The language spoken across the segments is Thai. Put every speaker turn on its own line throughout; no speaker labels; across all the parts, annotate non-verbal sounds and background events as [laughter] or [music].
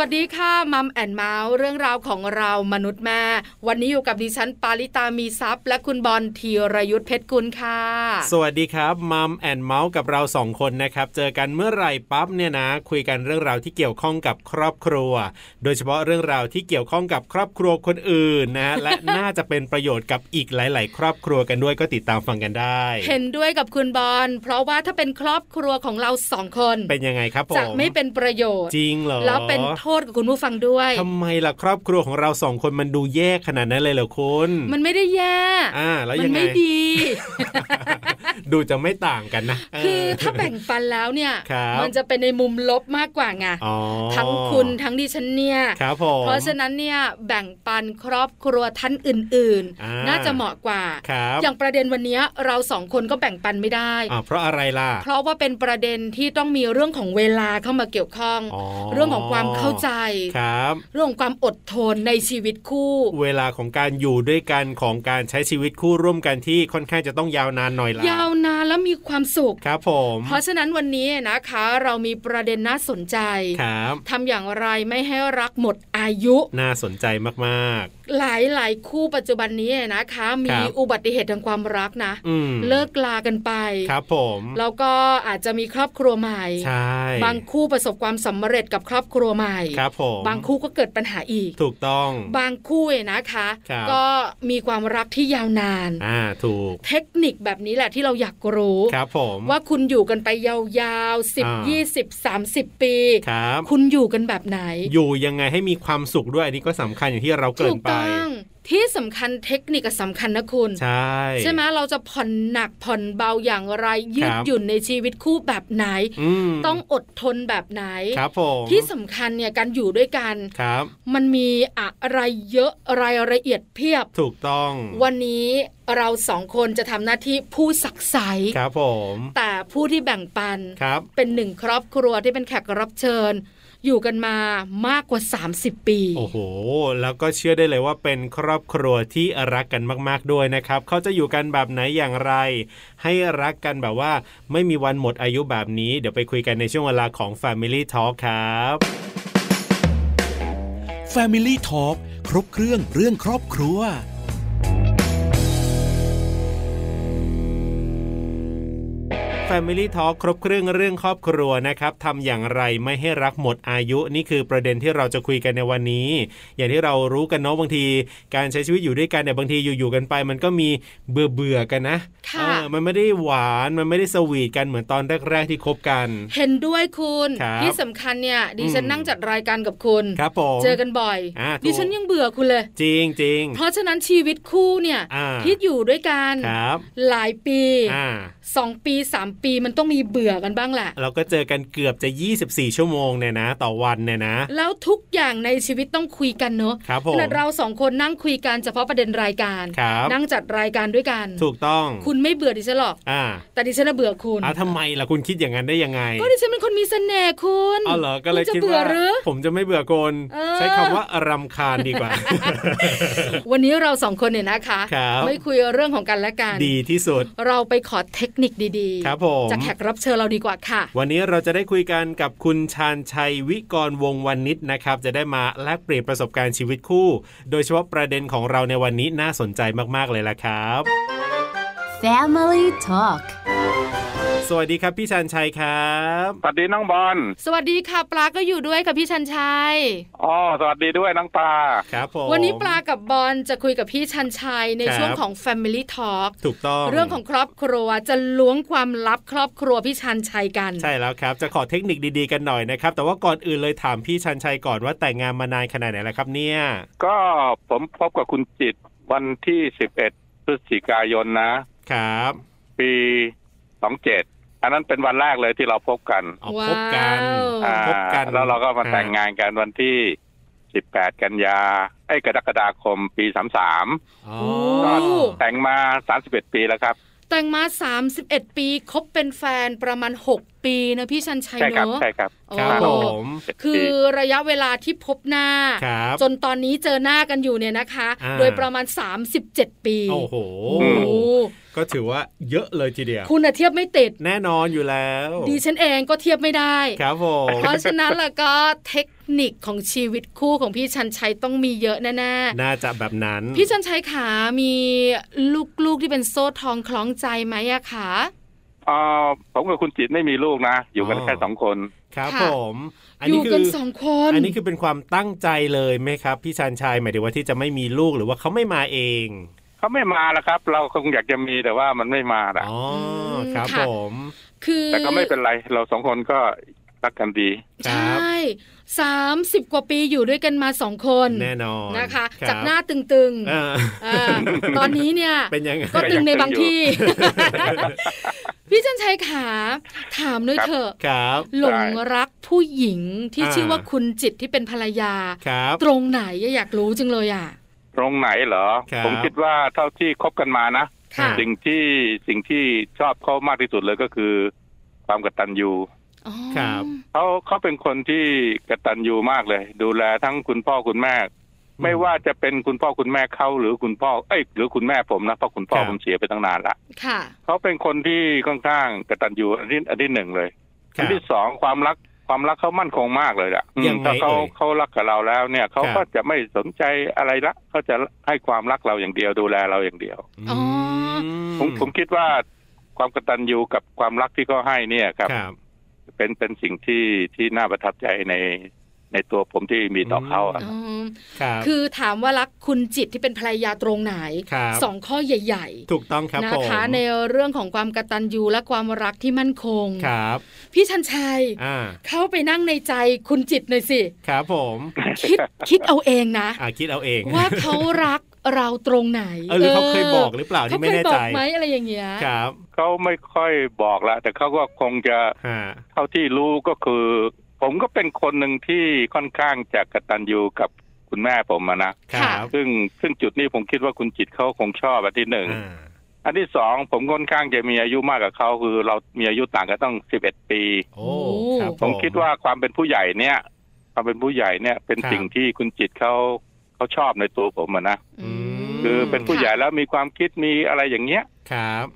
สวัสดีค่ะมัมแอนเมาส์เรื่องราวของเรามนุษย์แม่ วันนี้อยู่กับดิฉันปาริตามีซัพย์ และคุณบอลธีรยุทธเพชรกุลค่ะ
สวัสดีครับมัมแอนเมาส์กับเราสองคนนะครับ เจอกันเมื่อไหร่ปั๊บเนี่ยนะ คุยกันเรื่องราวที่เกี่ยวข้องกับครอบครัว โดยเฉพาะเรื่องราวที่เกี่ยวข้องกับครอบครัวคนอื่นนะ และ [laughs] น่าจะเป็นประโยชน์กับอีกหลาย ๆ ครอบครัวกันด้วยก็ติดตามฟังกันได้
เห็นด้วยกับคุณบอลเพราะว่าถ้าเป็นครอบครัวของเราสองคน
เป็นยังไงครับผม
จะไม่เป็นประโยชน์
จริงเหรอ
แล้วเป็นโทษกับคุณผู้ฟังด้วย
ทำไมล่ะครอบครัวของเราสองคนมันดูแย่ขนาดนั้นเลยเหรอคุณ
มันไม่ได้แย่
อ่าแล้ว
มั
ยังไง
ไม่ดี
ดูจะไม่ต่างกันนะเ
คือถ้าแบ่งปันแล้วเนี่ย
ครับ
มัจะเป็นในมุมลบมากกว่าไง
อ๋อ
ทั้งคุณทั้งดิฉันเนี่ย
ครับผม
เพราะฉะนั้นเนี่ยแบ่งปันครอบครัวท่านอื่น
อ่า
น่าจะเหมาะกว่า
ครับ
อย่างประเด็นวันเนี้ยเราสองคนก็แบ่งปันไม่ได้
อ่าเพราะอะไรล่ะ
เพราะว่าเป็นประเด็นที่ต้องมีเรื่องของเวลาเข้ามาเกี่ยวข้อง
อ๋อ
เรื่องของความเข้าใจ
ครับ
เรื่องของความอดทนในชีวิตคู่
เวลาของการอยู่ด้วยกันของการใช้ชีวิตคู่ร่วมกันที่ค่อนข้างจะต้องยาวนานหน่อยละ
ยาวนานแล้วมีความสุข
ครับผม
เพราะฉะนั้นวันนี้นะคะ เรามีประเด็นน่าสนใจ
ครับ
ทำอย่างไรไม่ให้รักหมดอายุ
น่าสนใจมาก
หลายหลายคู่ปัจจุบันนี้นะคะ
ค
มี
รับ
อุบัติเหตุทางความรักนะ
ๆ อืม
เลิกลากันไป
ครับผม
แล้วก็อาจจะมีครอบครัวใหม่
ใช่
บางคู่ประสบความสำเร็จกับครอบครัวใหม่
ครับผม
บางคู่ก็เกิดปัญหาอีก
ถูกต้อง
บางคู่เนี่ยนะคะ
ครับ
ก็มีความรักที่ยาวนาน
อ่าถูก
เทคนิคแบบนี้แหละที่เราอยากรู้
ครับผม
ว่าคุณอยู่กันไปยาวๆ
อ่า
10 20 30 ปี
ครับ
คุณอยู่กันแบบไหน
อยู่ยังไงให้มีความสุขด้วยอันนี้ก็สำคัญอย่างที่เราเกริ
ถู
น
ก
ไป
ต้องที่สำคัญเทคนิคก็สำคัญนะคุณ
ใช่
ใช่ไหมเราจะผ่อนหนักผ่อนเบาอย่างไรยืด
ครับ
หยุ่นในชีวิตคู่แบบไหน
อืม
ต้องอดทนแบบไหน
ครับผม
ที่สำคัญเนี่ยการอยู่ด้วยกัน
ครับ
มันมีอะไรเยอะรายละเอียดเพียบ
ถูกต้อง
วันนี้เราสองคนจะทำหน้าที่ผู้สักไส
ครับผม
แต่ผู้ที่แบ่งปัน
ครับ
เป็นหนึ่งครอบครัวที่เป็นแขกรับเชิญ อยู่กันมามากกว่า 30 ปี
โอ้โห แล้วก็เชื่อได้เลยว่าเป็นครอบครัวที่รักกันมากๆด้วยนะครับ เขาจะอยู่กันแบบไหนอย่างไร ให้รักกันแบบว่าไม่มีวันหมดอายุแบบนี้ เดี๋ยวไปคุยกันในช่วงเวลาของ Family Talk ครับ
Family Talk ครบเครื่องเรื่องครอบครัว
Family Talk ครบเครื่องเรื่องครอบครัวนะครับทำอย่างไรไม่ให้รักหมดอายุนี่คือประเด็นที่เราจะคุยกันในวันนี้ อย่างที่เรารู้กันเนาะบางที การใช้ชีวิตอยู่ด้วยกันเนี่ยบางทีอยู่ๆกันไป มันก็มีเบื่อเบื่อๆกันนะ
ค่ะ
เออมันไม่ได้หวานมันไม่ได้สวีทกันเหมือนตอนแรกๆที่คบกัน
เห็นด้วยคุณ
ครับ
ที่สำคัญเนี่ยดิฉัน
อืม
นั่งจัดรายการกับคุณ
ครับผม
เจอกันบ่อย
อ่าถูก
ดิฉันยังเบื่อคุณเลย
จริงจริง
เพราะฉะนั้นชีวิตคู่เนี่ย
อ่า
ที่อยู่ด้วยกัน
ครับ
หลายปี
อ่า
สองปีสามปีมันต้องมีเบื่อกันบ้างแหละ
เราก็เจอกันเกือบจะ 24 ชั่วโมงเนี่ยนะ ต่อวันเนี่ยนะ
แล้วทุกอย่างในชีวิตต้องคุยกันเนอะ
ครับผ
ข
ม
นาดเราสองคนนั่งคุยกันเฉพาะประเด็นรายการ
ครับ
นั่งจัดรายการด้วยกัน
ถูกต้อง
คุณไม่เบื่อดิฉันหรอก
อ่า
แต่ดิฉันน่ะเบื่อคุณ
อ่าทำไมล่ะคุณคิดอย่างนั้นได้ยังไง
ก็ดิฉันเป็นคนมีเสน่ห์คุณ
เอาเหรอก็เลย
ณจะ
คิด
เบื่อ
ว่า
หรือ
[laughs] ผมจะไม่เบื่อโกน
เออ
ใช้คำว่ารำคาญดี
[laughs]
กว่า
วันนี้เราสองคนเนี่ยนะคะ
ครับ
ไม่คุยเรื่องของกันและกัน
ดีที่สุด
เราไปขอเทคนิคดี
ครับผม
จากแขกรับเชิญเราดีกว่าค่ะ
วันนี้เราจะได้คุยกันกับคุณชาญชัยวิกรวงศ์วันนิดนะครับ จะได้มาแลกเปลี่ยนประสบการณ์ชีวิตคู่ โดยเฉพาะประเด็นของเราในวันนี้น่าสนใจมากๆเลยล่ะครับ
Family Talk
สวัสดีครับพี่ชาญชัยครับ
สวัสดีน้องบอล
สวัสดีค่ะ ปลาก็อยู่ด้วยกับพี่ชันชัย
อ๋อ สวัสดีด้วยน้องปลา
ครับผม
วันนี้ปลากับบอลจะคุยกับพี่ชันชัยใน
ครับ
ช่วงของ Family Talk
ถูกต้อง
เรื่องของครอบครัวจะล้วงความลับครอบครัวพี่ชันชัยกัน
ใช่แล้วครับ จะขอเทคนิคดีๆกันหน่อยนะครับ แต่ว่าก่อนอื่นเลยถามพี่ชันชัยก่อนว่าแต่งงานมานานขนาดไหนแล้วครับเนี่ย
ก็ผมพบกับคุณจิตวันที่ 11 พฤศจิกายนนะ
ครับ
ปี 27 อันนั้นเป็นวันแรกเลยที่เราพบกัน
เอา
ว้าว
พบกัน
อ่า
พบกัน
แล้วเราก็มาแต่งงานกันวันที่ 18 กันยาไอ้ยกรกฎาคมปี
อ
33
๋อ
โอ้
แต่งมา 31 ปีแล้วครับ
แต่งมา 31 ปีคบเป็นแฟนประมาณ 6 ปีนะพี่ชันชัย
ใช่ครับ
เนาะ
ใช่ครับ
โอ้
ครับผม
คือระยะเวลาที่พบหน้า
ครับ
จนตอนนี้เจอหน้ากันอยู่เนี่ยนะคะ
อ่า
โดยประมาณ 37 ปี
โอ้โห
โอ้โห
ก็ถือว่าเยอะเลยทีเดียว
คุณอะเทียบไม่ติด
แน่นอนอยู่แล้ว
ดีฉันเองก็เทียบไม่ได้
ครับผม
เพราะฉะนั้นแล้วก็เทคนิคของชีวิตคู่ของพี่ชันชัยต้องมีเยอะแน่ๆ
น่าจะแบบนั้น
พี่ชันชัยขามีลูกๆที่เป็นโซ่ทองคล้องใจไหมอะคะ
เอ่อผมกับคุณจิตไม่มีลูกนะ อยู่กัน
อ๋อ
แค่สองคน
ครับ
ค่ะ
ผม
อยู่กันสองคน
อันนี้คือเป็นความตั้งใจเลยไหมครับ พี่ชันชัยหมายถึงว่าที่จะไม่มีลูกหรือว่าเขาไม่มาเอง
เขาไม่มาแล้วครับ เราคงอยากจะมีแต่ว่ามันไม่มาละ
อ๋อครับผม
คือ
แต่ก็ไม่เป็นไร เราสองคนก็รักกันดี
ค
ใช
รับ่
สามสิบกว่าปีอยู่ด้วยกันมาสองคน
แน่นอน
นะคะ
ครับ
จากหน้าตึงๆ
อ่า
เออตอนนี้เนี่ย
เป็นยังไง
ก็ตึงในบางที่
ยังอยู่
พี่ชันชัยขา ถามหน่อย
ครับ
เถอะ
ครับ
หลงรักผู้หญิงที่
อ่า
ชื่อว่าคุณจิตที่เป็นภรรยา
ครับ
ตรงไหนอยากรู้จังเลยอ่ะ
ตรงไหนเหรอ
ครับ
ผมคิดว่าเท่าที่คบกันมานะ
ค่ะ
สิ่งที่สิ่งที่ชอบเขามากที่สุดเลยก็คือความกตัญญู
อ๋อ
ครับ
เขาเขาเป็นคนที่กตัญญูมากเลย ดูแลทั้งคุณพ่อคุณแม่ ไม่ว่าจะเป็นคุณพ่อคุณแม่เขาหรือคุณพ่อเอ้ยหรือคุณแม่ผมนะเพราะคุณพ่อ
ครับ
ผมเสียไปตั้งนานละ
ค่ะ
เขาเป็นคนที่ค่อนข้างกตัญญูอันที่อันที่หนึ่งเลย
ค
อั
รั
น
บ
ที่สองความรักความรักเขามั่นคงมากเลยละอืม
ยังไง
ถ้าเขา
เอ่ย
เขารักกับเราแล้วเนี่ยเขา
ครับ
ก็จะไม่สนใจอะไรละเขาจะให้ความรักเราอย่างเดียวดูแลเราอย่างเดียว
อ๋อ
ผมผมคิดว่าความกตัญญูกับความรักที่เขาให้เนี่ยครับ
ครับ
เป็นเป็นสิ่งที่ที่น่าประทับใจในในตัวผมที่มีต่ออ
ม
เขาอะ
อืม
ครับ
คือถามว่ารักคุณจิตที่เป็นภรรยาตรงไหน
ครับ
สองข้อใหญ่
ถูกต้องครับ
ๆนะ
ผม
คะ ในเรื่องของความกตัญญูและความรักที่มั่นคง
ครับ
พี่ชันชัย
อ่า
เข้าไปนั่งในใจคุณจิตหน่อยสิ
ครับผม
คิ
[laughs]
ดคิดเอาเองนะ
อ่าคิดเอาเอง
ว่าเขารักเราตรงไหน
เออหรือเขาเคยบอกหรือเปล่า
เขา
นี่
เค
ไม่
ย
แน่
บอ
ใจ
กไหมอะไรอย่างเงี้ย
ครับ
เขาไม่ค่อยบอกละแต่เขาก็คงจะ
ฮะ
เท่าที่รู้ก็คือ ผมก็เป็นคนหนึ่งที่ค่อนข้างจะกตัญญูกับคุณแม่ผมอะนะ
ครั
ะ
บ
ซึ่งซึ่งจุดนี้ผมคิดว่าคุณจิตเขาคงชอบอันที่หนึ่ง
อ่า
อันที่สองผมค่อนข้างจะมีอายุมากกว่าเขาคือ เรามีอายุต่างกันต้องสิบเอ็ดปี
โอ้
โอ้
ครับผ
ผม
ม
คิดว่าความเป็นผู้ใหญ่เนี่ย ความเป็นผู้ใหญ่เนี่ย เป็น
ครับ
สิ่งที่คุณจิตเขาเขาชอบในตัวผมอะนะ
อืม
คือเป็นผู้ใหญ่
ค่ะ
แล้วมีความคิดมีอะไรอย่างเงี้ย
ครับ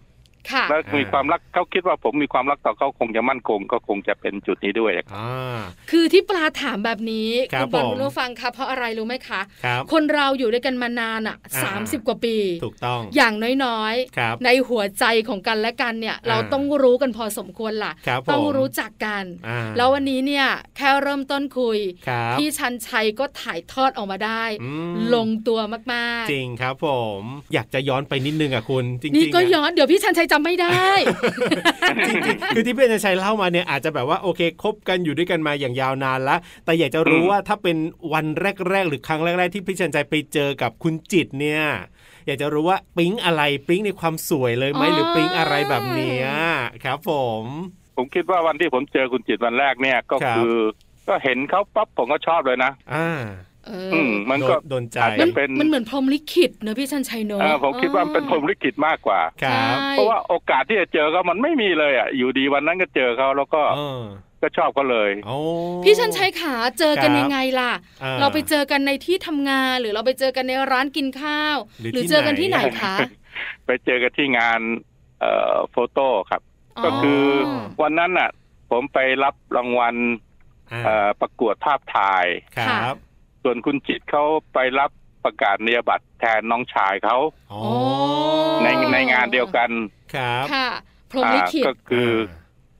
ค่ะ
แล้วมีความรักเขาคิดว่าผมมีความรักต่อเขาคงจะมั่นคง ก็คงจะเป็นจุดนี้ด้วย
อ่า
คือที่ปลาถามแบบนี้
ครับ
ณบอล
ผม
คุณผู้ฟังคะเพราะอะไรรู้ไหมคะ
ครับ
คนเราอยู่ด้วยกันมานานอ่ะ
อ่า
สามสิบกว่าปี
ถูกต้อง
อย่างน้อย
ครับ
ๆ ในหัวใจของกันและกันเนี่ย เรา
อ่า
ต้องรู้กันพอสมควรล่ะ
ครับผม
ต้องรู้จักกัน
อ่า
แล้ววันนี้เนี่ยแค่เริ่มต้นคุย
ครับ
พี่ชันชัยก็ถ่ายทอดออกมาได้
อืม
ลงตัวมาก
จริงครับผม อยากจะย้อนไปนิดนึงอ่ะคุณจริง
ๆ นี่ก็
ะ
ย้อนเดี๋ยวพี่ชันชัยจำไม่ได้
คือที่พี่อนชัยเล่ามาเนี่ยอาจจะแบบว่าโอเคคบกันอยู่ด้วยกันมาอย่างยาวนานละแต่อยากจะรู้ว่าถ้าเป็นวันแรก ๆ หรือครั้งแรก ๆ ที่พี่ชันชัยไปเจอกับคุณจิตเนี่ย อยากจะรู้ว่าปิ๊งอะไรปิ๊งในความสวยเลยไหม
อ๋อ
หรือปิ๊งอะไรแบบเนี้ยครับผม
ผมคิดว่าวันที่ผมเจอคุณจิตวันแรกเนี่ยก็
ครับ
คือ ก็เห็นเขาปั๊บผมก็ชอบเลยนะ
อ่า
เอ
อื
อ
ม มันก็
โดนใจ
อาจ
มั
จะ
น
เป็น
มันเหมือนพรหมลิขิตเนอะพี่ชันชัยเนอะ
เออผมคิดว่ามันเป็นพรหมลิขิตมากกว่า
ครับ
ใช่
เพราะว่าโอกาสที่จะเจอเขามันไม่มีเลยอ่ะอยู่ดีวันนั้นก็เจอเขาแล้วก็
เออ
ก็ชอบเขาเลย
โอ้
พี่ชันชัยขาเจอกันยังไงล่ะ
อ่
เราไปเจอกันในที่ทำงาน หรือเราไปเจอกันในร้านกินข้าว
หรือ
หรือ
ที่
เจอกันที่ไหน
ไหน
คะ
ไปเจอกันที่งานเอ่อโฟโต้ครับ ก็คือ วันนั้นน่ะ ผมไปรับรางวัล
อ่า
เอ่อประกวดภาพถ่าย
ครับ
ส่วนคุณจิตเขาไปรับประกาศนียบัตรแทนน้องชายเขา
อ๋อ
อ๋อ
ในในงานเดียวกัน
ครับ
ค่ะ พรหม
อ่า
ลิขิต
ก็คือ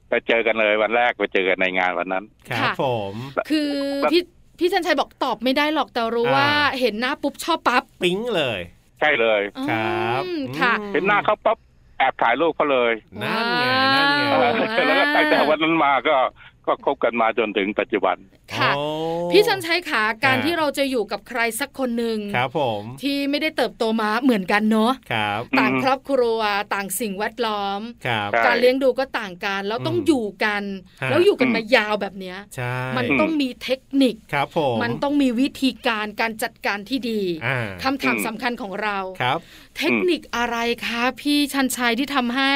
ไปเจอกันเลยวันแรกไปเจอกันในงานวันนั้น
ครั
ค่ะ
บผม
คือพี่พี่ชันชัยบอกตอบไม่ได้หรอกแต่รู้ว่า
อ่า
เห็นหน้าปุ๊บชอบปั๊บ
ปิ๊งเลย
ใช่เลย
ครับ
อืมค่ะ
อืม
เห็นหน้าเขาปั๊บแอบถ่ายรูปเขาเลย
นั่นไง
ว้าว
นั่นไง
แล้วก็ตั้งแต่วันนั้นมาก็ก็คบกันมาจนถึงปัจจุบัน
ค่ะ
โอ้
พี่ชันใช้ขาการ
อ่า
ที่เราจะอยู่กับใครสักคนหนึ่ง
ครับผม
ที่ไม่ได้เติบโตมาเหมือนกันเนาะ
ครับ
ต่างครอบครัวต่างสิ่งแวดล้อม
ครับ
ใช่
การเลี้ยงดูก็ต่างกันแล้วต้อง
อืม
อยู่กัน
ฮะ
แล้วอยู่กัน
อืม
มายาวแบบเนี้ย
ใช่
มันต้องมีเทคนิค
ครับผม
มันต้องมีวิธีการการจัดการที่ดี
อ่า
คำถาม
อืม
สำคัญของเรา
ครับ
เทคนิคอะไรคะพี่ชันชัยที่ทำให้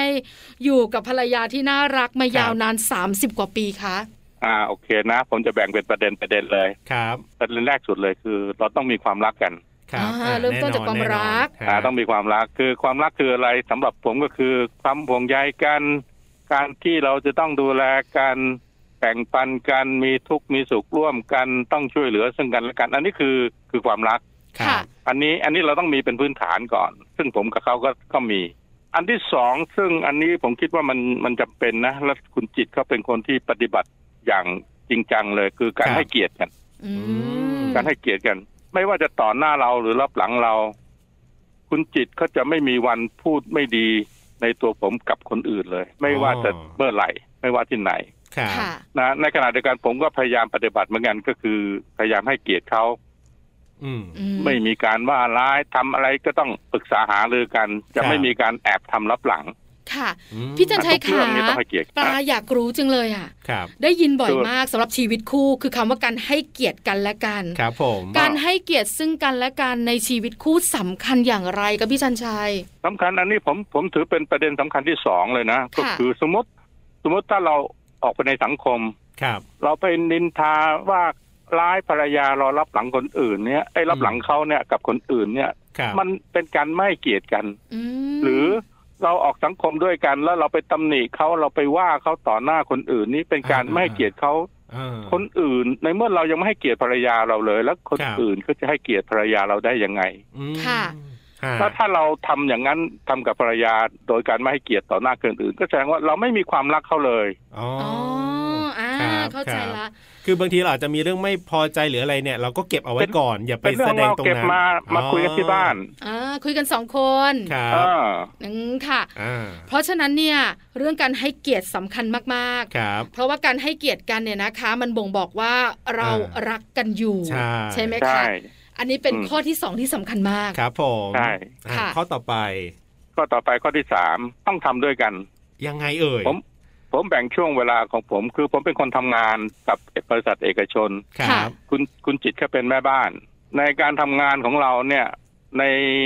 อยู่กับภรรยาที่น่ารักมา
ครับ
ยาวนาน 30 กว่าปีคะ
อ่าโอเคนะ ผมจะแบ่งเป็นประเด็นประเด็นเลย
ครับ
ประเด็นแรกสุดเลยคือ เราต้องมีความรักกัน
ครับ
อ่าเริ่มต้นจากความ
แอ
รัก
แน่นน
อ่าต้องมีความรักคือความรักคืออะไรสำหรับผมก็คือความห่วงใยกัน การที่เราจะต้องดูแลกันแบ่งปันกันมีทุกข์มีสุขร่วมกันต้องช่วยเหลือซึ่งกันและกัน อันนี้คือคือความรัก
ครับ
อันนี้อันนี้เราต้องมีเป็นพื้นฐานก่อน ซึ่งผมกับเขาก็ก็มี อันที่สองซึ่งอันนี้ผมคิดว่ามันมันจำเป็นนะ แล้วคุณจิตเขาเป็นคนที่ปฏิบัติอย่างจริงจังเลย คือการ
ครับ
ให้เกียรติกัน
อืม
การให้เกียรติกัน ไม่ว่าจะต่อหน้าเราหรือรับหลังเรา คุณจิตเขาจะไม่มีวันพูดไม่ดีในตัวผมกับคนอื่นเลย ไม่ว่าจะเมื่อไหร่ ไม่ว่าที่ไหน
ครับ
ค่ะ
นะในขณะเดียวกันผมก็พยายามปฏิบัติเหมือนกันก็คือพยายามให้เกียรติเขา
อืม
อื
ไม่มีการว่าร้ายทำอะไรก็ต้องปรึกษาหารือกัน
ครั
จะ
บ
ไม่มีการแอบทำรับหลัง
ค่ะ
อืม
พี่จัน ใช่
ทุกเรื่อง
ค่ะ
นี้ต้องให้เกียรติ
ปลาอยากรู้จังเลยอ่ะ
ครับ
ได้ยินบ่อยมากสำหรับชีวิตคู่คือคำว่าการให้เกียรติกันและกัน
ครับผม
การให้เกียรติซึ่งกันและกันในชีวิตคู่สำคัญอย่างไรกับพี่ชันชัย
สำคัญอันนี้ผมผมถือเป็นประเด็นสำคัญที่สองเลยนะ ก็
ค่ะ
คือสมมติสมมติถ้าเราออกไปในสังคม
ครับ
เราไปนินทาว่าร้ายภรรยาเรารับหลังคนอื่นเนี่ยไอ้รับหลังเขาเนี่ยกับคนอื่นเนี่ย
ครับ
มันเป็นการไม่เกียรติกัน
อืม
หรือเราออกสังคมด้วยกัน แล้วเราไปตำหนิเขาเราไปว่าเขาต่อหน้าคนอื่น นี่เป็นการไม่ให้เกียรติเขา
เออ
คนอื่นในเมื่อเรายังไม่ให้เกียรติภรรยาเราเลย แล้วคน
ครับ
อื่นก็จะให้เกียรติภรรยาเราได้ยังไง
อืม
ค่ะ
ฮะ
ถ้าถ้าเราทำอย่างนั้นทำกับภรรยาโดยการไม่ให้เกียรติต่อหน้าคนอื่น ก็แสดงว่าเราไม่มีความรักเขาเลย
อ๋อ
อ๋ออ่า
ครับ
เข้าใจ
ครั
ละ
บคือบางทีเราอาจจะมีเรื่องไม่พอใจหรืออะไรเนี่ย เราก็เก็บเอาไว้
เป็น
ก่อนอย่าไป
เป็นเรื่
แส
อง
ดง
เรา
ตรง
เก็บ
นั้น
มามาคุยกันที่บ้าน
อ่าคุยกันสองคน
ครั
เอบ อ
อืมค่ะ
อ่า
เพราะฉะนั้นเนี่ยเรื่องการให้เกียรติสำคัญมาก
ครับ
ๆ เพราะว่าการให้เกียรติกันเนี่ยนะคะ มันบ่งบอกว่าเรา
อ่ารั
รักกันอยู่
ใช่
ไหม
ใช่
คะอันนี้เป็น
อืม
ข้อที่สองที่สำคัญมาก
ครับผม
ใช่
อ่ะ
ค่ะ
ข้อต่อไป
ก็ต่อไปข้อที่สามต้องทำด้วยกัน
ยังไงเอ่ย
ผม ผมแบ่งช่วงเวลาของผม คือผมเป็นคนทำงานกับบริษัทเอกชน
ครับ
คุณคุณจิตก็เป็นแม่บ้าน ในการทำงานของเราเนี่ยใน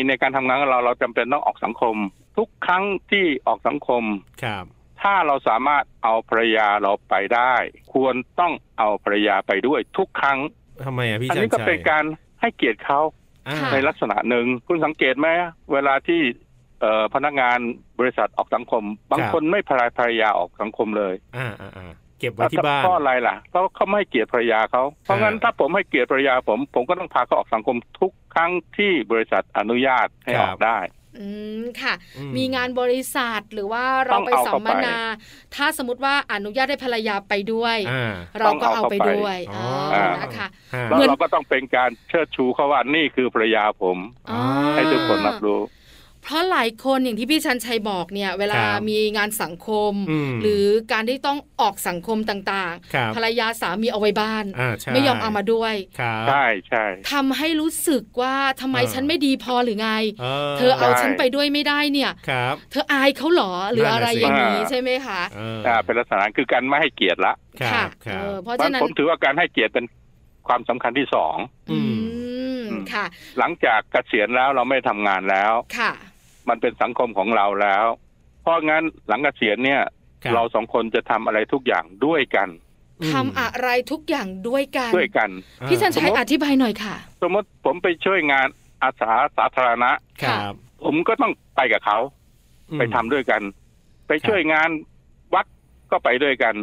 ในการทำงานของเราเราจำเป็นต้องออกสังคม ทุกครั้งที่ออกสังคม
ครับ
ถ้าเราสามารถเอาภรรยาเราไปได้ ควรต้องเอาภรรยาไปด้วย ทุกครั้ง
ทำไมอ่ะพี่
อั
จัน
นี้ก็
ชัย
เป็นการให้เกียรติเขา
อ่า
ค่ะ
ในลักษณะหนึ่งคุณสังเกตไหมเวลาที่เอ่อพนักงานบริษัทออกสังคม บางคนไม่พาภรรยาออกสังคมเลย
อ่าอ่าอ่าเก็บไว้ที่บ้าน
เพราะอะไรล่ะเพราะเขาไม่ให้เกียรติภรรยาเขา เพราะงั้น
อ่า
ถ้าผมให้เกียรติภรรยาผม ผมก็ต้องพาเขาออกสังคมทุกครั้งที่บริษัทอนุญาตให้
ครั
อบ อกได้
อืมค่ะ
อื
มีงานบริษัทหรือว่าเรา
ต้อง
ไป
เอา
สั
เข้าม ไป
มนา ถ้าสมมติว่าอนุญาตให้ภรรยาไปด้วย
อ่า
เราก็เอาไปด้วย
อ๋ออ่
านะคะ
ฮะ
แล้ว
เหมือน
เราก็ต้องเป็นการเชิดชูเขาว่านี่คือภรรยาผม
อ๋อ
ให้ทุกคนรับรู้
เพราะหลายคนอย่างที่พี่ชันชัยบอกเนี่ย เวลา
ครับ
มีงานสังคม
อืม
หรือการที่ต้องออกสังคมต่าง
ครับ
ๆ ภรรยาสามีเอาไว้บ้าน
อ่าใช่
ไม่ยอมเอามาด้วย
ครับ
ใช่ใช่
ทำให้รู้สึกว่าทำไม
เออ
ฉันไม่ดีพอหรือไง เธอ
อ
เอาฉันไปด้วยไม่ได้เนี่ย
ครับ
เธออายเขาเหรอหรืออะไร
นั่น
อ
น่ะสิ
ย่างนี้ใช่ไหมคะ
เออ
อ่าเป็นลักษณะคือการไม่ให้เกียรติละ
ครับค
เออ
รับ
เพราะฉะนั้น
ผมถือว่าการให้เกียรติเป็นความสำคัญที่สอง
อื
อื
ม
มค่ะ
หลังจากเกษียณแล้วเราไม่ทำงานแล้ว
ค่ะ
มันเป็นสังคมของเราแล้ว เพราะงั้นหลังเกษียณเนี่ย
คบ
เราสองคนจะทำอะไรทุกอย่างด้วยกัน
อืม
ทำอะไรทุกอย่างด้วยกัน
ด้วยกัน
พี่ชันชัย
สมมติ
อธิบายหน่อยค่ะ
สมมติผมไปช่วยงานอาสาสาธารณะ
ครับ
ผมก็ต้องไปกับเขา
อืม
ไปทำด้วยกัน ไปช่วยงานวัดก็ไปด้วยกัน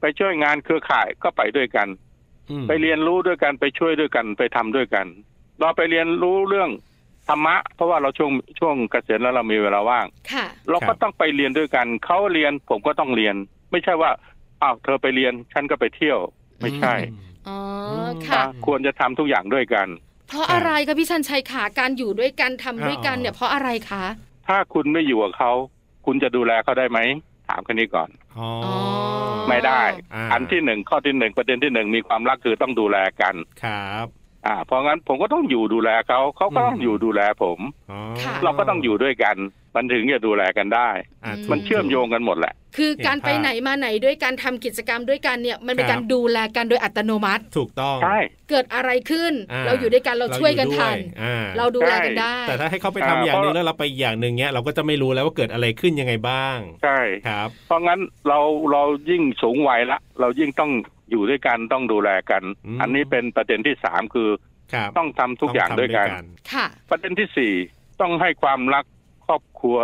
ไปช่วยงานเครือข่ายก็ไปด้วยกัน
อืม
ไปเรียนรู้ด้วยกันไปช่วยด้วยกันไปทำด้วยกัน เราไปเรียนรู้เรื่องธรรมะ เพราะว่าเราช่วงช่วงเกษียณแล้วเรามีเวลาว่าง
ค่ะ
เราก็ต้องไปเรียนด้วยกันเขาเรียนผมก็ต้องเรียน ไม่ใช่ว่าอ้าวเธอไปเรียนฉันก็ไปเที่ยว ไม่ใช่
อืม
อ๋ออ
ม
ค่ะ
อ่ะควรจะทำทุกอย่างด้วยกัน
เพราะอะไรคะพี่ชันชัยขาการอยู่ด้วยกันทำด้วยกันเนี่ยเพราะอะไรคะ
ถ้าคุณไม่อยู่กับเขา คุณจะดูแลเขาได้ไหม ถามแค่นี้ก่อน
อ๋อ
อ
ไม่ได้
อ่า
อันที่หนึ่งข้อที่หนึ่งประเด็นที่หนึ่งมีความรักคือต้องดูแลกัน
ครับ
อ่า เพราะงั้นผมก็ต้องอยู่ดูแลเขาเขาก็ต้อง
อืม
อยู่ดูแลผม
อ๋อ
ค่ะ
เราก็ต้องอยู่ด้วยกัน มันถึงจะดูแลกันได้
อ่ะ
อืม
ถูก
มันเชื่อมโยงกันหมดแหละ
คือการ
เห็นภาพ
ไปไหนมาไหนด้วยการทำกิจกรรมด้วยกันเนี่ยมันเป็น
ครับ
การดูแลกันโดยอัตโนมัติ
ถูกต้อง
ใช่
เกิดอะไรขึ้น
อ่
เราอยู่ด้วยกันเราช่วยกันทัน
อยู่ด้วยอ่า
เราดูแลกันได้
แต่ถ้าให้เขาไปทำ
อ่า
อย่างหนึ่ง
เพราะ
แล้วเราไปอีกอย่างหนึ่งเนี้ยเราก็จะไม่รู้แล้วว่าเกิดอะไรขึ้นยังไงบ้าง
ใช่
ครับ
เพราะงั้นเราเรายิ่งสูงวัยละ เรายิ่งต้องอยู่ด้วยกันต้องดูแลกัน
อืม
อันนี้เป็นประเด็นที่สามคือ
ครับ
ต้องทำทุกอย่าง
ำ
ด้วยกัน
ค่ะ
ประเด็นที่สี่ต้องให้ความรักครอบครัว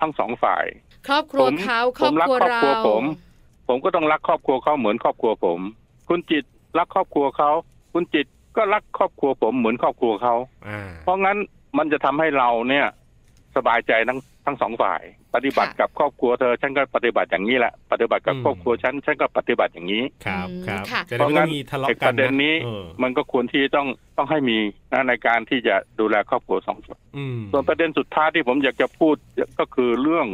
ทั้งสองฝ่าย
ครอบครัว
ผม
เขาคร
ผ
อบ
มรั
ครัว
ครอบ
เรา
ครัวผม ผมก็ต้องรักครอบครัวเขาเหมือนครอบครัวผม คุณจิตรักครอบครัวเขาคุณจิตก็รักครอบครัวผมเหมือนครอบครัวเขา
อ่า
เพราะงั้นมันจะทำให้เราเนี่ย สบายใจทั้งทั้งสองฝ่าย ปฏิบัติกับครอบครัวเธอฉันก็ปฏิบัติอย่างนี้แหละ ปฏิบัติกับครอบครัวฉันฉันก็ปฏิบัติอย่างนี้
ครับ
อืม
ครับ
ค่ะ
จะได้ไม่ต้องมีทะเลาะ
ไอ้
กั
ป
น
ระเด็นนี้
เออ
มันก็ควรที่ต้องต้องให้มีนะในการที่จะดูแลครอบครัวสองส่วน
อืม
ส่วนประเด็นสุดท้ายที่ผมอยากจะพูดก็คือเรื่อง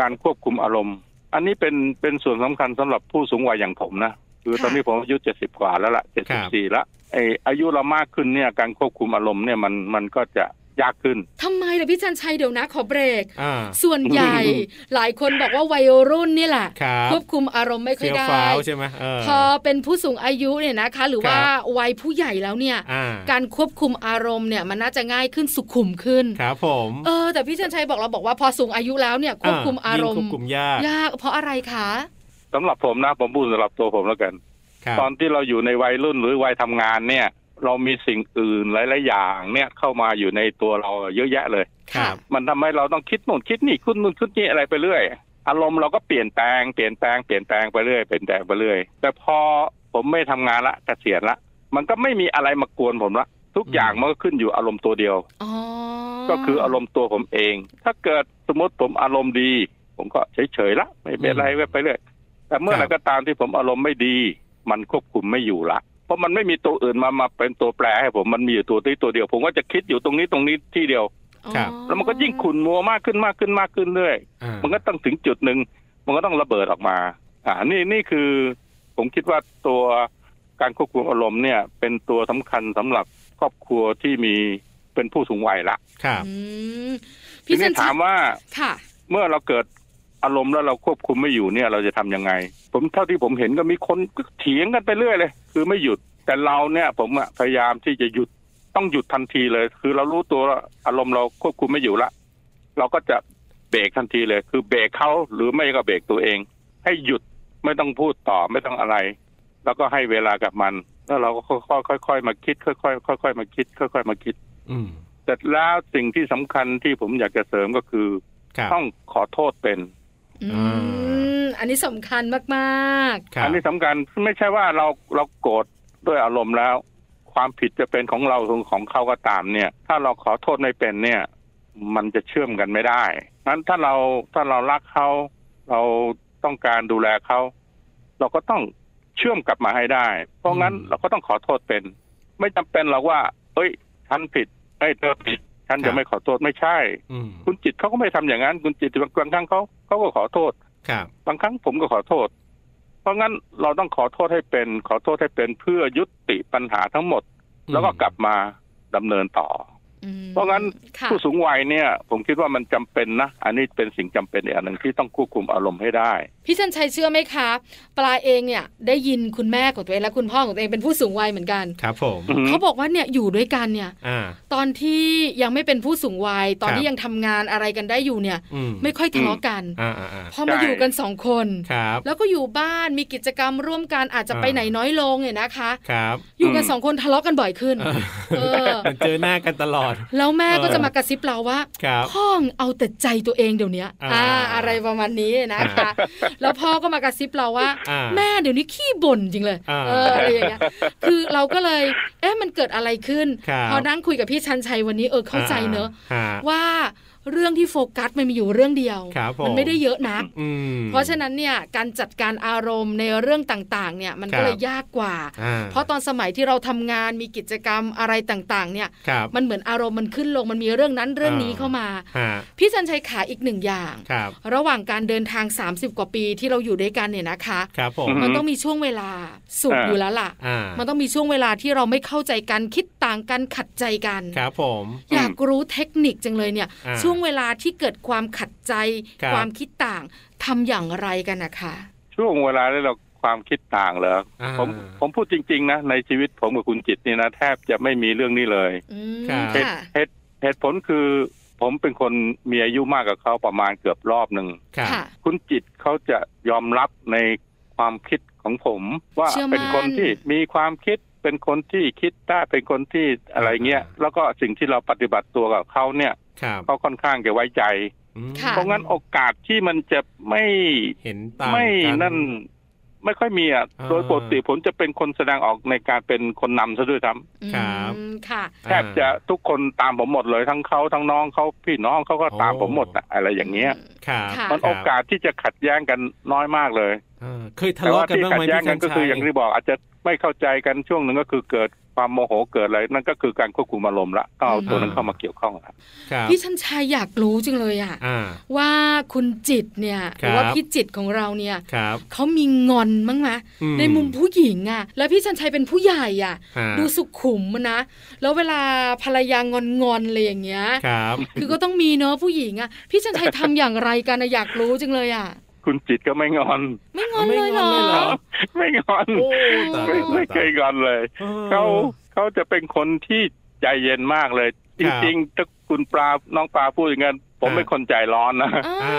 การควบคุมอารมณ์ อันนี้เป็นเป็นส่วนสำคัญสำหรับผู้สูงวัยอย่างผมนะ คือ
ค่ะ
ตอนนี้ผมอายุเจ็ดสิบกว่าแล้วละเจ็ดสิบสี่ละไออายุเรามากขึ้นเนี่ยการควบคุมอารมณ์เนี่ยมันมันก็จะยากขึ้น
ทำไมล่ะพี่จันชัยเดี๋ยวนะขอเบรก
อ่า
ส่วนใหญ่
[laughs] อืม
หลายคนบอกว่าวัยรุ่นนี่แหละ
ครับ
ควบคุมอารมณ์ไม่ค่อย
เฟี้ยว
ได้
ฟ้าวใช่ไหมเออ
พอเป็นผู้สูงอายุเนี่ยนะคะ หรือว่า
ครับ
วัยผู้ใหญ่แล้วเนี่ย
อ่า
การควบคุมอารมณ์เนี่ยมันน่าจะง่ายขึ้นสุขุมขึ้น
ครับผม
เออแต่พี่เชนชัยบอกเราบอกว่าพอสูงอายุแล้วเนี่ยควบคุมอารม
ยิ่งคว
ณ์
บคุมยาก
ยากเพราะอะไรคะ
สำหรับผมนะผมพูดสำหรับตัวผมแล้วกัน
ครับ
ตอนที่เราอยู่ในวัยรุ่นหรือวัยทำงานเนี่ย เรามีสิ่งอื่นหลายๆอย่างเนี่ยเข้ามาอยู่ในตัวเราเยอะแยะเลย
ครับ
มันทำให้เราต้องคิดโน่นคิดนี่คิดนู่นคิดนี่อะไรไปเรื่อย อารมณ์เราก็เปลี่ยนแปลงเปลี่ยนแปลงเปลี่ยนแปลงไปเรื่อยเปลี่ยนแปลงไปเรื่อย แต่พอผมไม่ทำงานละเกษียณละ มันก็ไม่มีอะไรมากวนผมละ ทุกอย่าง
อืม
มันก็ขึ้นอยู่อารมณ์ตัวเดียว
อ๋อ
ก็คืออารมณ์ตัวผมเอง ถ้าเกิดสมมติผมอารมณ์ดี ผมก็เฉยๆละไม่เป็นไรไปเรื่อยแต่เมื่อไหร่ก็ตามที่ผมอารมณ์ไม่ดี มันควบคุมไม่อยู่ละ เพราะมันไม่มีตัวอื่นมามาเป็นตัวแปรให้ผมมันมีอยู่ตัวที่ตัวเดียว ผมก็จะคิดอยู่ตรงนี้ตรงนี้ที่เดียว
ครับ
อ๋อ
แล้วมันก็ยิ่งขุ่นมัวมากขึ้นมากขึ้นมากขึ้นเรื่อย
อ่า
มันก็ต้องถึงจุดหนึ่ง มันก็ต้องระเบิดออกมา อ่า นี่นี่คือ ผมคิดว่าตัวการควบคุมอารมณ์เนี่ย เป็นตัวสำคัญสำหรับครอบครัวที่มีเป็นผู้สูงวัยละ
ครับ
อืม
ที
พี่เช
นี้
นชั
ถายมว่า
ค่ะ
เมื่อเราเกิดอารมณ์แล้วเราควบคุมไม่อยู่เนี่ย เราจะทำยังไง ผมเท่าที่ผมเห็นก็มีคนก็เถียงกันไปเรื่อยเลย คือไม่หยุด แต่เราเนี่ย ผมอะพยายามที่จะหยุดต้องหยุดทันทีเลย คือเรารู้ตัวว่าอารมณ์เราควบคุมไม่อยู่ละเราก็จะเบรกทันทีเลย คือเบรกเขาหรือไม่ก็เบรกตัวเอง ให้หยุดไม่ต้องพูดต่อไม่ต้องอะไร แล้วก็ให้เวลากับมัน แล้วเราก็ค่อยๆค่อยๆมาคิด ค่อยๆค่อยๆมาคิด ค่อยๆมาคิด
อืม
เสร็จแล้วสิ่งที่สำคัญที่ผมอยากจะเสริมก็คือ
ครับ
ต้องขอโทษเป็น
อืม
อ่
า อันนี้สำคัญมาก
ครับ
อันนี้สำคัญไม่ใช่ว่าเราเราโกรธด้วยอารมณ์แล้ว ความผิดจะเป็นของเราหรือของเขาก็ตามเนี่ย ถ้าเราขอโทษไม่เป็นเนี่ย มันจะเชื่อมกันไม่ได้นั้นถ้าเราถ้าเรารักเขาเราต้องการดูแลเขาเราก็ต้องเชื่อมกลับมาให้ได้ เพราะงั้น
อืม
เราก็ต้องขอโทษเป็น ไม่จำเป็นหรอกว่าเอ้ยฉันผิดเอ้ยเธอผิดฉัน
ครั
จะ
บ
ไม่ขอโทษไม่ใช่
อืม
คุณจิตเขาก็ไม่ทำอย่างนั้น คุณจิตบางครั้งเขาเขาก็ขอโทษ
ครับ
บางครั้งผมก็ขอโทษ เพราะงั้นเราต้องขอโทษให้เป็น ขอโทษให้เป็นเพื่อยุติปัญหาทั้งหมด
อืม
แล้วก็กลับมาดำเนินต่อ
ๆอืม
เพราะงั้น
ค่ะ
ผู้สูงวัยเนี่ย ผมคิดว่ามันจำเป็นนะ อันนี้เป็นสิ่งจำเป็นอีกอันหนึ่งที่ต้องควบคุมอารมณ์ให้ได้
พี่เชนชัยเชื่อไหมคะ ปลาเองเนี่ยได้ยินคุณแม่ของตัวเองและคุณพ่อของตัวเองเป็นผู้สูงวัยเหมือนกัน
ครับผม
อืม
เขาบอกว่าเนี่ยอยู่ด้วยกันเนี่ย
อ่า
ตอนที่ยังไม่เป็นผู้สูงวัย ตอน
ครับ
ที่ยังทำงานอะไรกันได้อยู่เนี่ย
อืม
ไม่ค่อยทะเลาะกัน
อ่าอ่าอ่า
พอมา
ใช่
อยู่กันสองคน
ครับ
แล้วก็อยู่บ้านมีกิจกรรมร่วมกันอาจจะ
อ่า
ไปไหนน้อยลงเนี่ยนะคะ
ครับ
อยู่กัน
อืม
สองคนทะเลาะกันบ่อยขึ้น เออ
มันเจอหน้ากันตลอด
แล้วแม่ก็
เออ
จะมากระซิบเราว่า
ครับ
พ่องเอาแต่ใจตัวเองเดี๋ยวเนี้ย
อ่า
อ่าอะไรประมาณนี้นะคะ แล้วพ่อก็มากระซิบเราว่า
อ่า
แม่เดี๋ยวนี้ขี้บ่นจริงเลย
อ่า
เอออะไรอย่างเงี้ยคือเราก็เลยเอ๊ะมันเกิดอะไรขึ้น
ครับ
พอนั่งคุยกับพี่ชันชัยวันนี้เออเข้าใจเนอะ
อ่าฮะ
ว่า เรื่องที่โฟกัสมันมีอยู่เรื่องเดียว
ครับผม
มัไม่ได้เยอะนัก
อืม
เพราะฉะนั้นเนี่ยการจัดการอารมณ์ในเรื่องต่างๆเนี่ยมัน
ครั
ก็
บ
เลยยากกว่า
อ่
เพราะตอนสมัยที่เราทำงานมีกิจกรรมอะไรต่างๆเนี่ย
ครับ
มันเหมือนอารมณ์มันขึ้นลงมันมีเรื่องนั้นเรื่องนี้เข้ามา
ฮะ
พี่จันชัยขาอีกหนึ่งอย่าง
ครับ
ระหว่างการเดินทาง 30 กว่าปีที่เราอยู่ด้วยกันเนี่ยนะคะ
ครับผม
อือฮึ
มันต้องมีช่วงเวลาสุข
อ่า
อยู่แล้วล่ะ
อ่า
มันต้องมีช่วงเวลาที่เราไม่เข้าใจกันคิดต่างกันขัดใจกัน
ครับผม
อยากรู้เทคนิคจังเลยเนี่ย
อ่า
ช่วงเวลาที่เกิดความขัดใจ
ครับ
ความคิดต่างทำอย่างไรกันนะคะ
ช่วงเวลาที่เราความคิดต่างเหรอ
อ่า
ผมผมพูดจริง ๆ นะ ในชีวิตผมกับคุณจิตนี่นะ แทบจะไม่มีเรื่องนี้เลย
อืม
ครับ
เหตุ
ค่ะ
เหตุเหตุผลคือผมเป็นคนมีอายุมากกว่าเขาประมาณเกือบรอบหนึ่ง
ครับ
ค่ะ
คุณจิตเขาจะยอมรับในความคิดของผม ว่า
เชื่อมั่น
เป็นคนที่มีความคิดเป็นคนที่คิดได้เป็นคนที่อะไรเงี้ย
อ่า
แล้วก็สิ่งที่เราปฏิบัติตัวกับเขาเนี่ย
ครับ
เขาค่อนข้างจะไว้ใจ
อืม
ค่ะ
เพราะงั้นโอกาสที่มันจะไม่
เห็นต่าง
ไม่
กั
นั่น ไม่ค่อยมีอ่ะ
อ่า
โดยปกติผมจะเป็นคนแสดงออกในการเป็นคนนำซะด้วยซ้
อืม
ครับ
ค่ะ
ำแทบจะทุกคนตามผมหมดเลยทั้งเขาทั้งน้องเขาพี่น้องเขาก็ตามผมหมดนะอะไรอย่างเงี้ย
ครับ
ค่ะ
มันโอกาสที่จะขัดแย้งกันน้อยมากเลย
อ่าเคยทะ
แต่
เลาะ
ว่า
กัน
ที่
บ้าง
ขัด
ไหม
แย้ง
พี่
กั
กัน น
ก็คืออย่าง
ชั
ที่บอกอาจจะไม่เข้าใจกันช่วงหนึ่งก็คือเกิดความโมโหเกิดอะไรนั่นก็คือการควบคุมอารมณ์ละต้องเอาตัวนั้นเข้ามาเกี่ยวข้องละ
ครับ
พี่ชันชัยอยากรู้จังเลยอะ
อ่า
ว่าคุณจิตเนี่ยห
ครับ
รือว่าพี่จิตของเราเนี่ย
ครับ
เขามีงอนมั้งไหม
อื
ในมุมผู้หญิงอะแล้วพี่ชันชัยเป็นผู้ใหญ่อะ
ฮะ
ดูสุขุมอะนะ แล้วเวลาภรรยางอนงอนๆอะไรอย่างเงี้ย
ครับ
คือก็ต้องมีเนอะผู้หญิงอะพี่ชันชัยทำอย่างไรกันอะอยากรู้จังเลยอะ
คุณจิตก็ไม่งอน [laughs]
ไม่งอน
ไม่
เลยเห
ง
ร
อน
อ
เลยเหรอ
ไม่ง
[laughs]
อน
โอ้ตายตาย
ไม่ไม่
ตาย
เคยงอนเลย
ออ
เขาเขาจะเป็นคนที่ใจเย็นมากเลย จ
ครับ
ริงๆถ้าคุณปลาน้องปลาพูดอย่างนั้นผม
อ่า
เป็นคนใจร้อนนะ
อ่า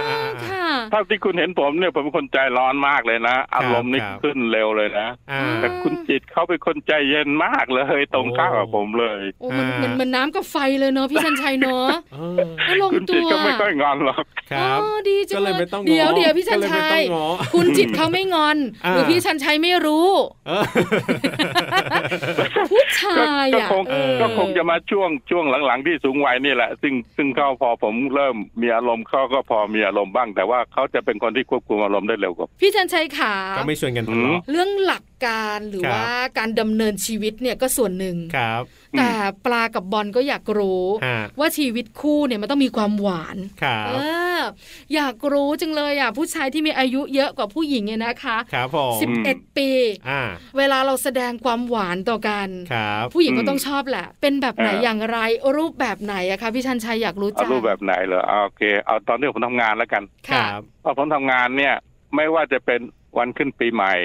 ค่ะ
เท่าที่คุณเห็นผมเนี่ยผมเป็นคนใจร้อนมากเลยนะอารมณ์นี่
ครับ
ขึ้นเร็วเลยนะ
อ่า
แต่คุณจิตเขาเป็นคนใจเย็นมากเลยตรงข้ามกับผมเลย
โอ้มัน
อ่า
เหมือนเหมันน้ำกับไฟเลยเนอะพี่ชันชัยเนอะ
เออ
เออลง
คุณ
ตั
จิต
ว
ก็ไม่ค่อยงอนหรอก
ครับ
อ๋อดีจัง
ก็เลยไม่ต้องง้อ
เดี๋ยวเดี๋ยวพี่ชัน
ก็เล
ชั
ไม่ต้
ย
องง้อ
คุณจิตเขาไม่งอน
อ่า
หรือพี่ชันชัยไม่รู้
เอ [laughs] อ
ผู้ช
ก็
าย
ก็
อะ
คง
เออ
ก็คงจะมาช่วงช่วงหลังๆที่สูงวัยนี่แหละ ซึ่งซึ่งเขาพอผมเริ่มมีอารมณ์เขาก็พอมีอารมณ์บ้าง แต่ว่าเขาจะเป็นคนที่ควบคุมอารมณ์ได้เร็วกว่า
พี่ชันชัยขา
ก็ไม่ชวนกันทะเลาะ
เรื่องหลักการหรือ
ครับ
ว่าการดำเนินชีวิตเนี่ยก็ส่วนหนึ่ง
ครับ
อืม
แต่ปลากับบอลก็อยากรู้
ฮะ
ว่าชีวิตคู่เนี่ยมันต้องมีความหวาน
ครับ
เออ อยากรู้จังเลยอ่ะผู้ชายที่มีอายุเยอะกว่าผู้หญิงเนี่ยนะคะ
ครับผม
สิบเอ็ดปี
อ่า
เวลาเราแสดงความหวานต่อกัน
ครับ
ผู้หญิงก็ต้องชอบแหละ เป็นแบบไหน
เอออ
อย่างไรรูปแบบไหนอะคะพี่ชันชัยอยากรู้
เอา
จัง
รูปแบบไหนเหรอเอาโอเค เอาตอนที่ผมทำงานแล้วกัน
ค
ค่ะ
รับ
ตอนผมทำงานเนี่ย ไม่ว่าจะเป็นวันขึ้นปีใหม่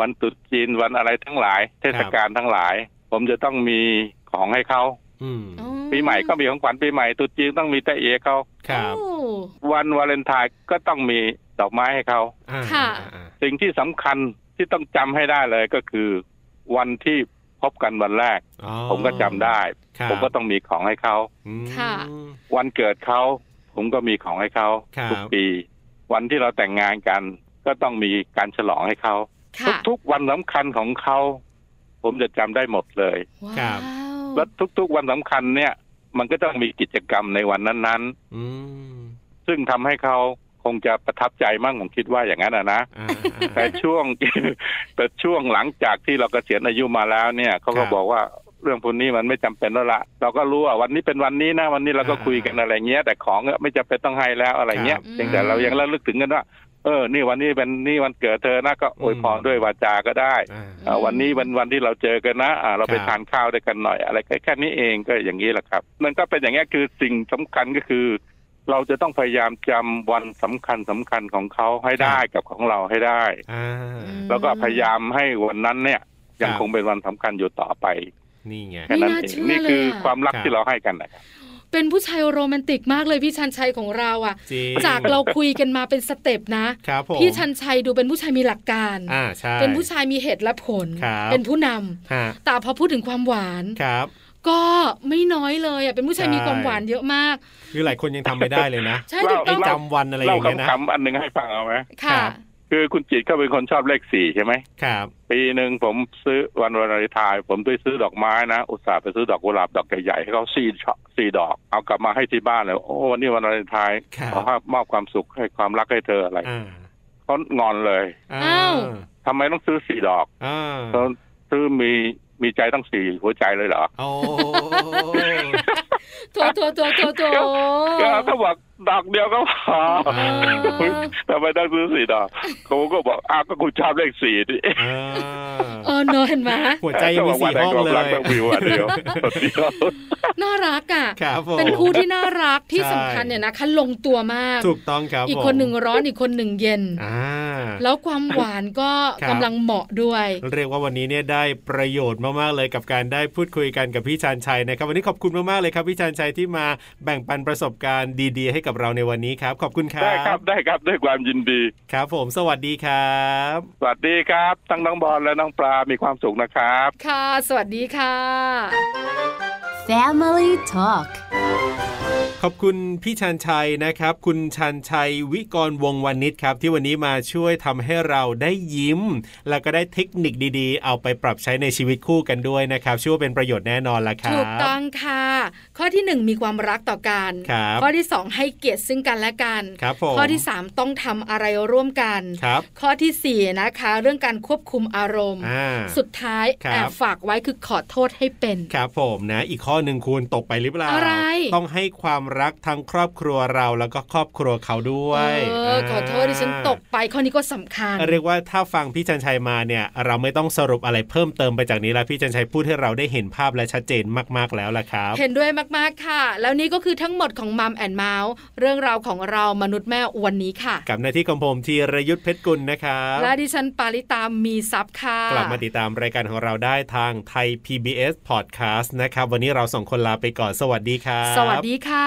วันตรุษจีนวันอะไรทั้งหลาย เทศกาลทั้งหลาย ผมจะต้องมีของให้เขา
อืม
อ๋อ
ปีใหม่ก็มีของขวัญปีใหม่ตรุษจีนต้องมีแตะเอเขา
ครับ
โอ้
วันวาเลนไทน์ก็ต้องมีดอกไม้ให้เขา
อ่า
ค่ะ
อ่า
สิ่งที่สำคัญที่ต้องจำให้ได้เลยก็คือ วันที่พบกันวันแรก
อ๋อ
ผมก็จำได้
ครับ
ผมก็ต้องมีของให้เขา
อืม
ค่ะ
วันเกิดเขาผมก็มีของให้เขา
ครับ
ทุกปี วันที่เราแต่งงานกัน ก็ต้องมีการฉลองให้เขา
ค่ะ
ทุกๆวันสำคัญของเขาผมจะจำได้หมดเลย
ครั
ว้า
บ
ว
และทุกๆวันสำคัญเนี่ย มันก็ต้องมีกิจกรรมในวันนั้น
อืม
ๆ ซึ่งทำให้เขาคงจะประทับใจมั่งผมคิดว่าอย่างนั้นอะนะ
อ่า
[laughs] แต่ช่วง แต่ช่วงหลังจากที่เราเกษียณอายุมาแล้วเนี่ยเขา
ค
ก็
รับ
บอกว่าเรื่องพวกนี้มันไม่จำเป็นแล้วละเราก็รู้ว่าวันนี้เป็นวันนี้นะวันนี้เราก็
อ่า
คุยกันอะไรเงี้ย แต่ของอะไม่จำเป็นต้องให้แล้วอะไรเงี้ย
ครับ
เพียงแต่เรายังระลึกถึงกันว่าเออ นี่วันนี้เป็นนี่วันเกิดเธอนะก็อวยพร
อืม
ด้วยวาจาก็ได้
อ่า
อ่าวันนี้วันวันที่เราเจอกันนะอ่าเราไป
ครับ
ทานข้าวด้วยกันหน่อยอะไรแค่แค่นี้เองก็อย่างนี้แหละครับ มันก็เป็นอย่างเงี้ยคือสิ่งสำคัญก็คือ เราจะต้องพยายามจำวันสำคัญสำคัญของเขาให้ได้กับของเราให้ได้
อ่า
อืม
แล้วก็พยายามให้วันนั้นเนี่ย ยัง
ครับ
คงเป็นวันสำคัญอยู่ต่อไป
นี่ไง
แค่นั้น
ไม่น่า
เอง
เชื่อ
นี่คือ
เลยอะ
ความรัก
ครับ
ที่เราให้กันนะครับ
เป็นผู้ชายโรแมนติกมากเลยพี่ชันชัยของเราอ่ะ
จริง
จากเราคุยกันมาเป็นสเต็ปนะ
ครับผม
พี่ชันชัยดูเป็นผู้ชายมีหลักการ
อ่าใช่
เป็นผู้ชายมีเหตุและผล
ครับ
เป็นผู้นำ
ฮะ
แต่พอพูดถึงความหวาน
ครับ
ก็ไม่น้อยเลยอ่ะ เป็นผู้ชาย
ใช่
มีความหวานเยอะมาก
คือหลายคนยังทำไม่ได้เลยนะ
ใช่
ว้าว
ถูก
ไอ้
ต้อง
จำวันอะไรอ
เล่า
ย่างเงี้ยนะ
คำๆอันหนึ่งให้ฟังเอาไหม
ค่ะ
ครับ
คือคุณจิตก็เป็นคนชอบเลขสี่ใช่ไหม
ครับ
ปีหนึ่งผมซื้อวันวันวาเลนไทน์ผมไปซื้อดอกไม้นะ อุตส่าห์ไปซื้อดอกกุหลาบดอกใหญ่ๆให้เขาสี่ช่อสี่ดอก เอากลับมาให้ที่บ้านเลยโอ้วันนี้วันวาเลนไทน์
ครับ
ขอให้มอบความสุขให้ความรักให้เธออะไร
อ่า
เขางอนเลย
อ้าว
ทำไมต้องซื้อสี่ดอก
อ่า
เธอซื้อมีมีใจตั้งสี่หัวใจเลยเหรอ
โอ้
โถโถโถโถโถ
ก็เขาบอกดอกเดียวก็พอ
เออ
ทำไมต้องซื้อสี่ดอกเขาก็บอกอ้าวก็คุณชอบเลขสี่ดิ
อ่า
เออเนอะเห็นไหม
หัวใจยังมีสี่ห้องเล
เขาบกว่าแต่
ย
ความรักต้องมีวันเดียววันเดียว
น่ารักอ่ะ
ครับผม
เป็นคู่ที่น่ารักที่
ใช่
สำคัญเนี่ยนะคะลงตัวมาก
ถูกต้องครับ
อีก
ผม
คนหนึ่งร้อนอีกคนหนึ่งเย็น
อ่า
แล้วความหวานก็
ครับ
กำลังเหมาะด้วย
เรียกว่าวันนี้เนี่ยได้ประโยชน์มากๆเลยกับการได้พูดคุยกันกับพี่ชานชัยนะครับ วันนี้ขอบคุณมากๆเลยครับพี่ชานชัยที่มาแบ่งปันประสบการณ์ดีๆ ให้กับเราในวันนี้ครับ ขอบคุณครับ
ได้ครับได้ครับด้วยความยินดี
ครับผมสวัสดีครับ
สวัสดีครับ ทั้งน้องบอลและน้องปลา มีความสุขนะครับ
ค่ะ สวัสดีค่ะ
Family Talk
ขอบคุณพี่ชันชัยนะครับ คุณชันชัยวิกรวงศ์วานิชครับ ที่วันนี้มาช่วยทำให้เราได้ยิ้ม แล้วก็ได้เทคนิคดีๆ เอาไปปรับใช้ในชีวิตคู่กันด้วยนะครับเชื่อว่าเป็นประโยชน์แน่นอนละครับ
ถูกต้องค่ะ ข้อที่หนึ่งมีความรักต่อกัน
ครับ
ข้อที่สองให้เกียรติซึ่งกันและกัน
ครับผม
ข้อที่สามต้องทำอะไรร่วมกัน
ครับ
ข้อที่สี่นะคะ เรื่องการควบคุมอารมณ์
อ่า
สุดท้าย
ครับ
แอบฝากไว้คือขอโทษให้เป็น
ครับผมนะ อีกข้อหนึ่งควรตกไปหรือเปล่า
อะไร
ต้องให้ความรักทั้งครอบครัวเราแล้วก็ครอบครัวเขาด้วย
เออขอโทษดิฉันตกไปข้อนี้ก็สำคัญ
เรียกว่าถ้าฟังพี่ชันชัยมาเนี่ย เราไม่ต้องสรุปอะไรเพิ่มเติมไปจากนี้แล้วพี่ชันชัยพูดให้เราได้เห็นภาพและชัดเจนมากๆแล้วล่ะครับ
เห็นด้วยมาก ๆ ค่ะ แล้วนี่ก็คือทั้งหมดของมัมแอนเมาส์เรื่องราวของเรามนุษย์แม่วันนี้ค่ะ
กับหน้าที่ของผมธีรยุทธเพชรกุลนะครับ
และดิฉันปาริตามีซับค่ะ
กลับมาติดตามรายการของเราได้ทางไทย PBS Podcast นะครับ วันนี้เราสองคนลาไปก่อนสวัสดีครับ
สวัสดีค่ะ